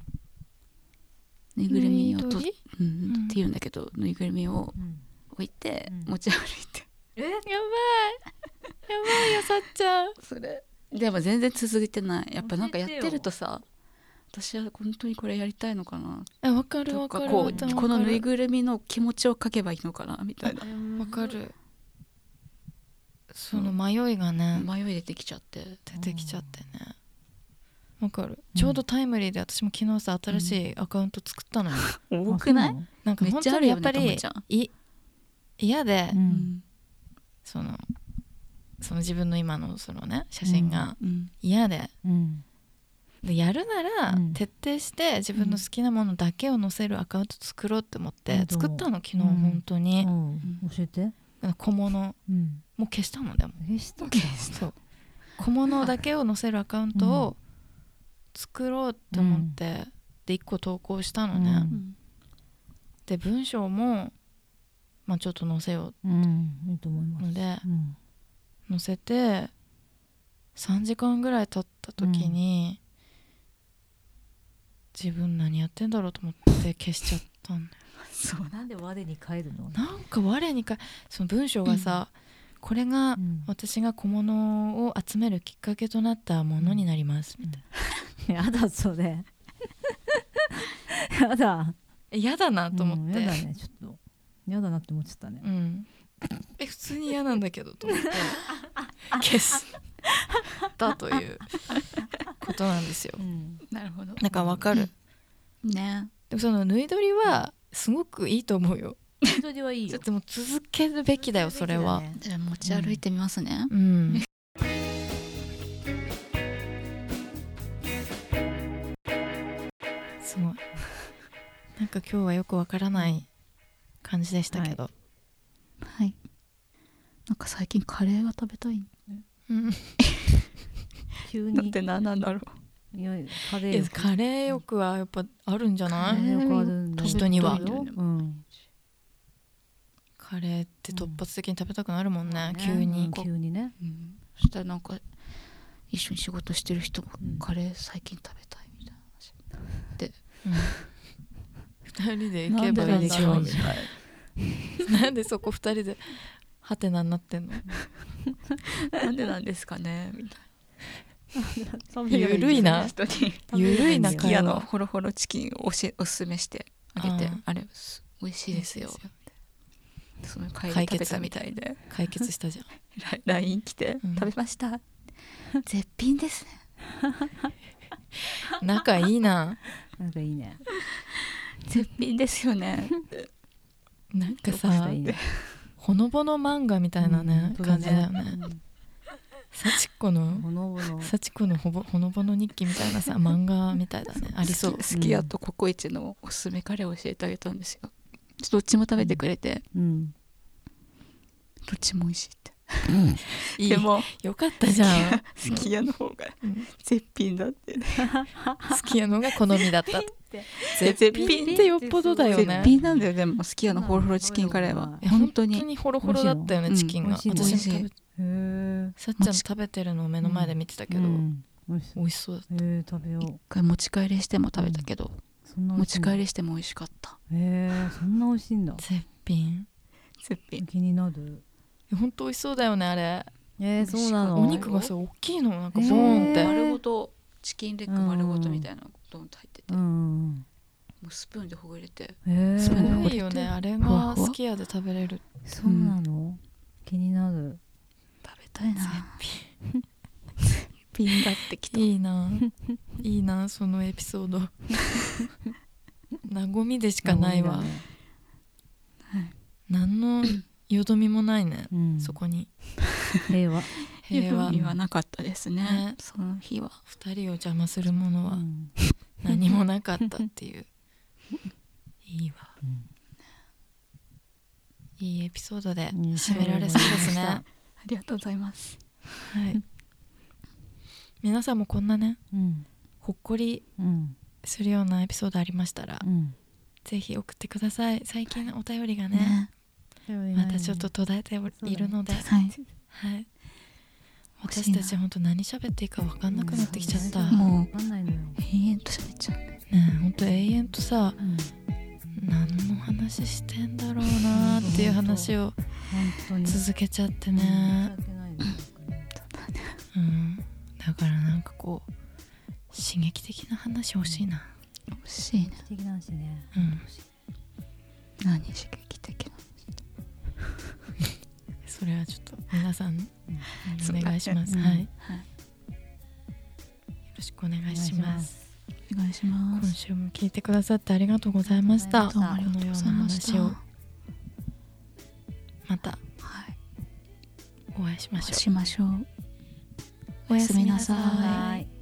[SPEAKER 2] ぬいぐるみをと
[SPEAKER 3] 縫い取り
[SPEAKER 2] うん
[SPEAKER 3] うん
[SPEAKER 2] って言うんだけどぬいぐるみを
[SPEAKER 4] うん
[SPEAKER 2] 置いて
[SPEAKER 4] うん
[SPEAKER 2] 持ち歩いて
[SPEAKER 4] え
[SPEAKER 3] やばいやばいよさっちゃん
[SPEAKER 2] それでも全然続いてないやっぱなんか
[SPEAKER 4] 教
[SPEAKER 2] や
[SPEAKER 4] え
[SPEAKER 2] ってて
[SPEAKER 4] よ
[SPEAKER 2] るとさ私は本当にこれやりたいのかな
[SPEAKER 3] えわかる
[SPEAKER 2] と
[SPEAKER 3] わ
[SPEAKER 2] か
[SPEAKER 3] かる
[SPEAKER 2] こ
[SPEAKER 3] わかる
[SPEAKER 2] うこのぬいぐるみの気持ちを書けばいいのかなみたいな
[SPEAKER 3] わかるその迷いがね
[SPEAKER 2] 迷い出てきちゃって
[SPEAKER 3] 出てきちゃってねわかるちょうどタイムリーで私も昨日さ新しいアカウント作ったのよ、
[SPEAKER 2] 多くない
[SPEAKER 3] なんか
[SPEAKER 2] めっ
[SPEAKER 3] 本
[SPEAKER 2] ちゃあ
[SPEAKER 3] 当
[SPEAKER 2] る
[SPEAKER 3] にや
[SPEAKER 2] よ
[SPEAKER 3] っ
[SPEAKER 2] ね
[SPEAKER 3] ぱ
[SPEAKER 2] とも
[SPEAKER 3] り
[SPEAKER 2] ちゃん
[SPEAKER 3] い嫌で、
[SPEAKER 4] う
[SPEAKER 2] うんん
[SPEAKER 3] そのその自分の今のそのね写真が
[SPEAKER 2] うん
[SPEAKER 3] 嫌で
[SPEAKER 4] うん
[SPEAKER 3] でやるなら、
[SPEAKER 4] うん
[SPEAKER 3] 徹底して自分の好きなものだけを載せるアカウント作ろうって思って、
[SPEAKER 4] うん
[SPEAKER 3] 作ったの昨日、
[SPEAKER 4] うん
[SPEAKER 3] 本当
[SPEAKER 4] う
[SPEAKER 3] に、
[SPEAKER 4] ん教えて
[SPEAKER 3] 小物
[SPEAKER 4] うん
[SPEAKER 3] もう消したもんでも
[SPEAKER 4] えしたんだ
[SPEAKER 3] そう小物だけを載せるアカウントを作ろうって思って、で1個投稿したのね、
[SPEAKER 4] うん
[SPEAKER 2] うん
[SPEAKER 3] で文章も、まあ、ちょっと載せよ
[SPEAKER 4] うんいいと思いうます
[SPEAKER 3] ので
[SPEAKER 4] うん
[SPEAKER 3] 載せて3時間ぐらい経った時に、自分何やってんだろうと思って消しちゃったんだよ
[SPEAKER 2] そう
[SPEAKER 4] なんで我に返るの
[SPEAKER 3] なんか我にかその文章がさ、これが
[SPEAKER 4] うん
[SPEAKER 3] 私が小物を集めるきっかけとなったものになります、みたい
[SPEAKER 4] やだそれやだ
[SPEAKER 3] な嫌だなと思って、
[SPEAKER 4] うんやだねちょっとやだなって思っちゃったね
[SPEAKER 3] うん、え普通に嫌なんだけどと思って消したということなんですよ
[SPEAKER 4] うん
[SPEAKER 2] なるほど
[SPEAKER 3] なんかわかる、
[SPEAKER 2] ね
[SPEAKER 3] でもその縫い取りはすごくいいと思うよ
[SPEAKER 4] それはいい
[SPEAKER 3] ちょ
[SPEAKER 4] よ
[SPEAKER 3] っともう続けるべきだよそれは、
[SPEAKER 2] じゃあ持ち歩いてみますね、
[SPEAKER 3] うんすごいなんか今日はよくわからない感じでしたけど、
[SPEAKER 2] はいなんか最近カレーが食べたい
[SPEAKER 3] うん
[SPEAKER 4] 急
[SPEAKER 2] だっ
[SPEAKER 4] に
[SPEAKER 2] て何なんだろう
[SPEAKER 4] いやカレ
[SPEAKER 3] いや
[SPEAKER 4] ー
[SPEAKER 3] カレー欲はやっぱあるんじゃな
[SPEAKER 4] カレ
[SPEAKER 3] い
[SPEAKER 4] ーよくあるんだよ
[SPEAKER 3] 人には
[SPEAKER 4] うん
[SPEAKER 3] カレーって突発的に食べたくなるもんね、
[SPEAKER 2] うん
[SPEAKER 3] 急に、
[SPEAKER 4] うん急にね
[SPEAKER 2] うん、そしたらなんか一緒に仕事してる人が
[SPEAKER 4] うん
[SPEAKER 2] カレー最近食べたいみたいな話、
[SPEAKER 3] 二人で行けばいいじゃんなんでそこ二人でハテナになってんの
[SPEAKER 2] なんでなんですかねみた
[SPEAKER 3] ゆるいな
[SPEAKER 2] 人に
[SPEAKER 3] ゆるいな
[SPEAKER 4] 食
[SPEAKER 2] 好
[SPEAKER 4] べ
[SPEAKER 2] き
[SPEAKER 4] ればいいんだよ
[SPEAKER 2] あのホロホロチキンをおしおすすめしてあげて
[SPEAKER 3] あー
[SPEAKER 2] あれす美味しいですよその帰り食
[SPEAKER 3] 解決
[SPEAKER 2] べたみたいで
[SPEAKER 3] 解決したじゃん
[SPEAKER 2] ラ LINE 来て、
[SPEAKER 3] うん
[SPEAKER 2] 食べま した絶品ですね
[SPEAKER 3] 仲いいな
[SPEAKER 4] なんかいいね
[SPEAKER 2] 絶品ですよ ね
[SPEAKER 3] なんか
[SPEAKER 4] どうした
[SPEAKER 3] さ
[SPEAKER 4] らいいね
[SPEAKER 3] ほのぼの漫画みたいなね、
[SPEAKER 4] うん
[SPEAKER 3] 感じだよね
[SPEAKER 4] うん
[SPEAKER 3] 幸子の
[SPEAKER 4] ほのぼの
[SPEAKER 3] 幸子のほぼほのぼの日記みたいなさ漫画みたいだねありそう
[SPEAKER 2] 好き好きやとココイチのおすすめカレーを教えてあげたんですよどっちも食べてくれて、
[SPEAKER 4] うん
[SPEAKER 2] どっちも美味しいって
[SPEAKER 3] いい
[SPEAKER 2] でも
[SPEAKER 3] よかったじゃん
[SPEAKER 2] 好き家の方が
[SPEAKER 3] うん
[SPEAKER 2] 絶品だって、ね、
[SPEAKER 3] 好きやのが好みだった
[SPEAKER 2] 絶
[SPEAKER 3] 絶品ってよっぽどだよ
[SPEAKER 2] 絶
[SPEAKER 3] ね
[SPEAKER 2] 品なんだよでも好き家のホロホロチキンカレーは
[SPEAKER 3] え
[SPEAKER 2] 本当
[SPEAKER 3] 本当
[SPEAKER 2] に
[SPEAKER 3] にホロホロだったよね
[SPEAKER 2] 美味しい
[SPEAKER 3] チ
[SPEAKER 2] の
[SPEAKER 3] キンが
[SPEAKER 4] うん美
[SPEAKER 3] 私も
[SPEAKER 4] 味
[SPEAKER 2] しいの
[SPEAKER 3] 食べ
[SPEAKER 4] へえ
[SPEAKER 3] さっちゃん食べてるのを目の前で見てたけど、
[SPEAKER 4] うん美味しそ
[SPEAKER 3] 美
[SPEAKER 4] う
[SPEAKER 3] 味しそうだっ
[SPEAKER 4] へえ食べよう
[SPEAKER 2] 一回持ち帰りしても食べたけど、
[SPEAKER 4] そんな美
[SPEAKER 2] 持
[SPEAKER 4] 味しい
[SPEAKER 2] ち
[SPEAKER 4] んだ
[SPEAKER 2] 帰りしても美味しかった
[SPEAKER 4] へえそんな美味しいんだ
[SPEAKER 3] た絶品
[SPEAKER 2] 絶品
[SPEAKER 4] 気になる
[SPEAKER 3] 本当美味しそうだよねあれ
[SPEAKER 4] えー、そうなの
[SPEAKER 3] お肉がさ大きいのなんか
[SPEAKER 4] へ
[SPEAKER 3] ボ
[SPEAKER 4] ー
[SPEAKER 3] ーンっ
[SPEAKER 4] え
[SPEAKER 3] て、
[SPEAKER 2] 丸ごとチキンレッグ丸ごとみたいなのがドンと入ってて、
[SPEAKER 4] う
[SPEAKER 2] も
[SPEAKER 4] ん
[SPEAKER 2] うスプーンでほぐれて
[SPEAKER 4] へえ
[SPEAKER 3] す
[SPEAKER 2] それ
[SPEAKER 3] ごいよねあれ
[SPEAKER 2] ふわ
[SPEAKER 3] が
[SPEAKER 2] ふわ
[SPEAKER 3] 好き家で食べれる
[SPEAKER 4] そうなの、気になる
[SPEAKER 2] 食べたいな絶品だって きた
[SPEAKER 3] いい ないいなそのエピソー ド和みでしかないわ、
[SPEAKER 4] 多だね
[SPEAKER 3] 何のよどみもないね
[SPEAKER 4] うん、
[SPEAKER 3] そこに
[SPEAKER 4] 平和、
[SPEAKER 3] 平和
[SPEAKER 2] 言わなかったですね
[SPEAKER 3] ね
[SPEAKER 2] その日は
[SPEAKER 3] 二人を邪魔するもの
[SPEAKER 4] う
[SPEAKER 3] は
[SPEAKER 4] ん
[SPEAKER 3] 何もなかったっていういいわいいエピソードで
[SPEAKER 4] うん
[SPEAKER 3] 締められそうですね、は
[SPEAKER 2] ありがとうございます
[SPEAKER 3] い、皆さんもこんなね
[SPEAKER 4] うん
[SPEAKER 3] ほっこり
[SPEAKER 4] うん
[SPEAKER 3] するようなエピソードありましたら、
[SPEAKER 4] うん
[SPEAKER 3] ぜひ送ってください最近お便りがね
[SPEAKER 2] ね
[SPEAKER 3] またちょっと途絶えておいるので、
[SPEAKER 2] はい
[SPEAKER 3] はい、
[SPEAKER 2] 欲しい
[SPEAKER 3] 私
[SPEAKER 2] な
[SPEAKER 3] たち本当何喋っていいか分かんなくなってきちゃった、
[SPEAKER 2] もう
[SPEAKER 4] わかんないのよ、
[SPEAKER 2] 永遠と喋っちゃう
[SPEAKER 3] ねえ、本当永遠とさ
[SPEAKER 4] うん、本
[SPEAKER 3] 何の話してんだろうなーっていう話を
[SPEAKER 4] 当に
[SPEAKER 3] 続けちゃって
[SPEAKER 4] うん
[SPEAKER 3] ね、
[SPEAKER 4] 申し訳ないです
[SPEAKER 3] うん、だからなんかこう刺激的な話欲しいな、
[SPEAKER 2] 欲しいね
[SPEAKER 4] 素敵な話ね
[SPEAKER 3] うん、
[SPEAKER 2] 何刺激的な
[SPEAKER 3] それはちょっと皆さん
[SPEAKER 4] うん
[SPEAKER 3] お願いします、
[SPEAKER 4] そうだね
[SPEAKER 3] はい、
[SPEAKER 4] うん
[SPEAKER 3] よろしくお願いし
[SPEAKER 4] お願
[SPEAKER 3] ま
[SPEAKER 4] いしますす
[SPEAKER 2] お願いしま
[SPEAKER 3] 今
[SPEAKER 2] す
[SPEAKER 3] 週も聞いてくださってありがとうございました。
[SPEAKER 4] どうもあ
[SPEAKER 2] りがとうござい
[SPEAKER 3] このような
[SPEAKER 2] ました
[SPEAKER 3] 話をまた
[SPEAKER 2] はい
[SPEAKER 3] お会いしましょう
[SPEAKER 2] し。ましょう
[SPEAKER 3] お
[SPEAKER 2] おやすみなさい
[SPEAKER 3] やすみなさい
[SPEAKER 4] はい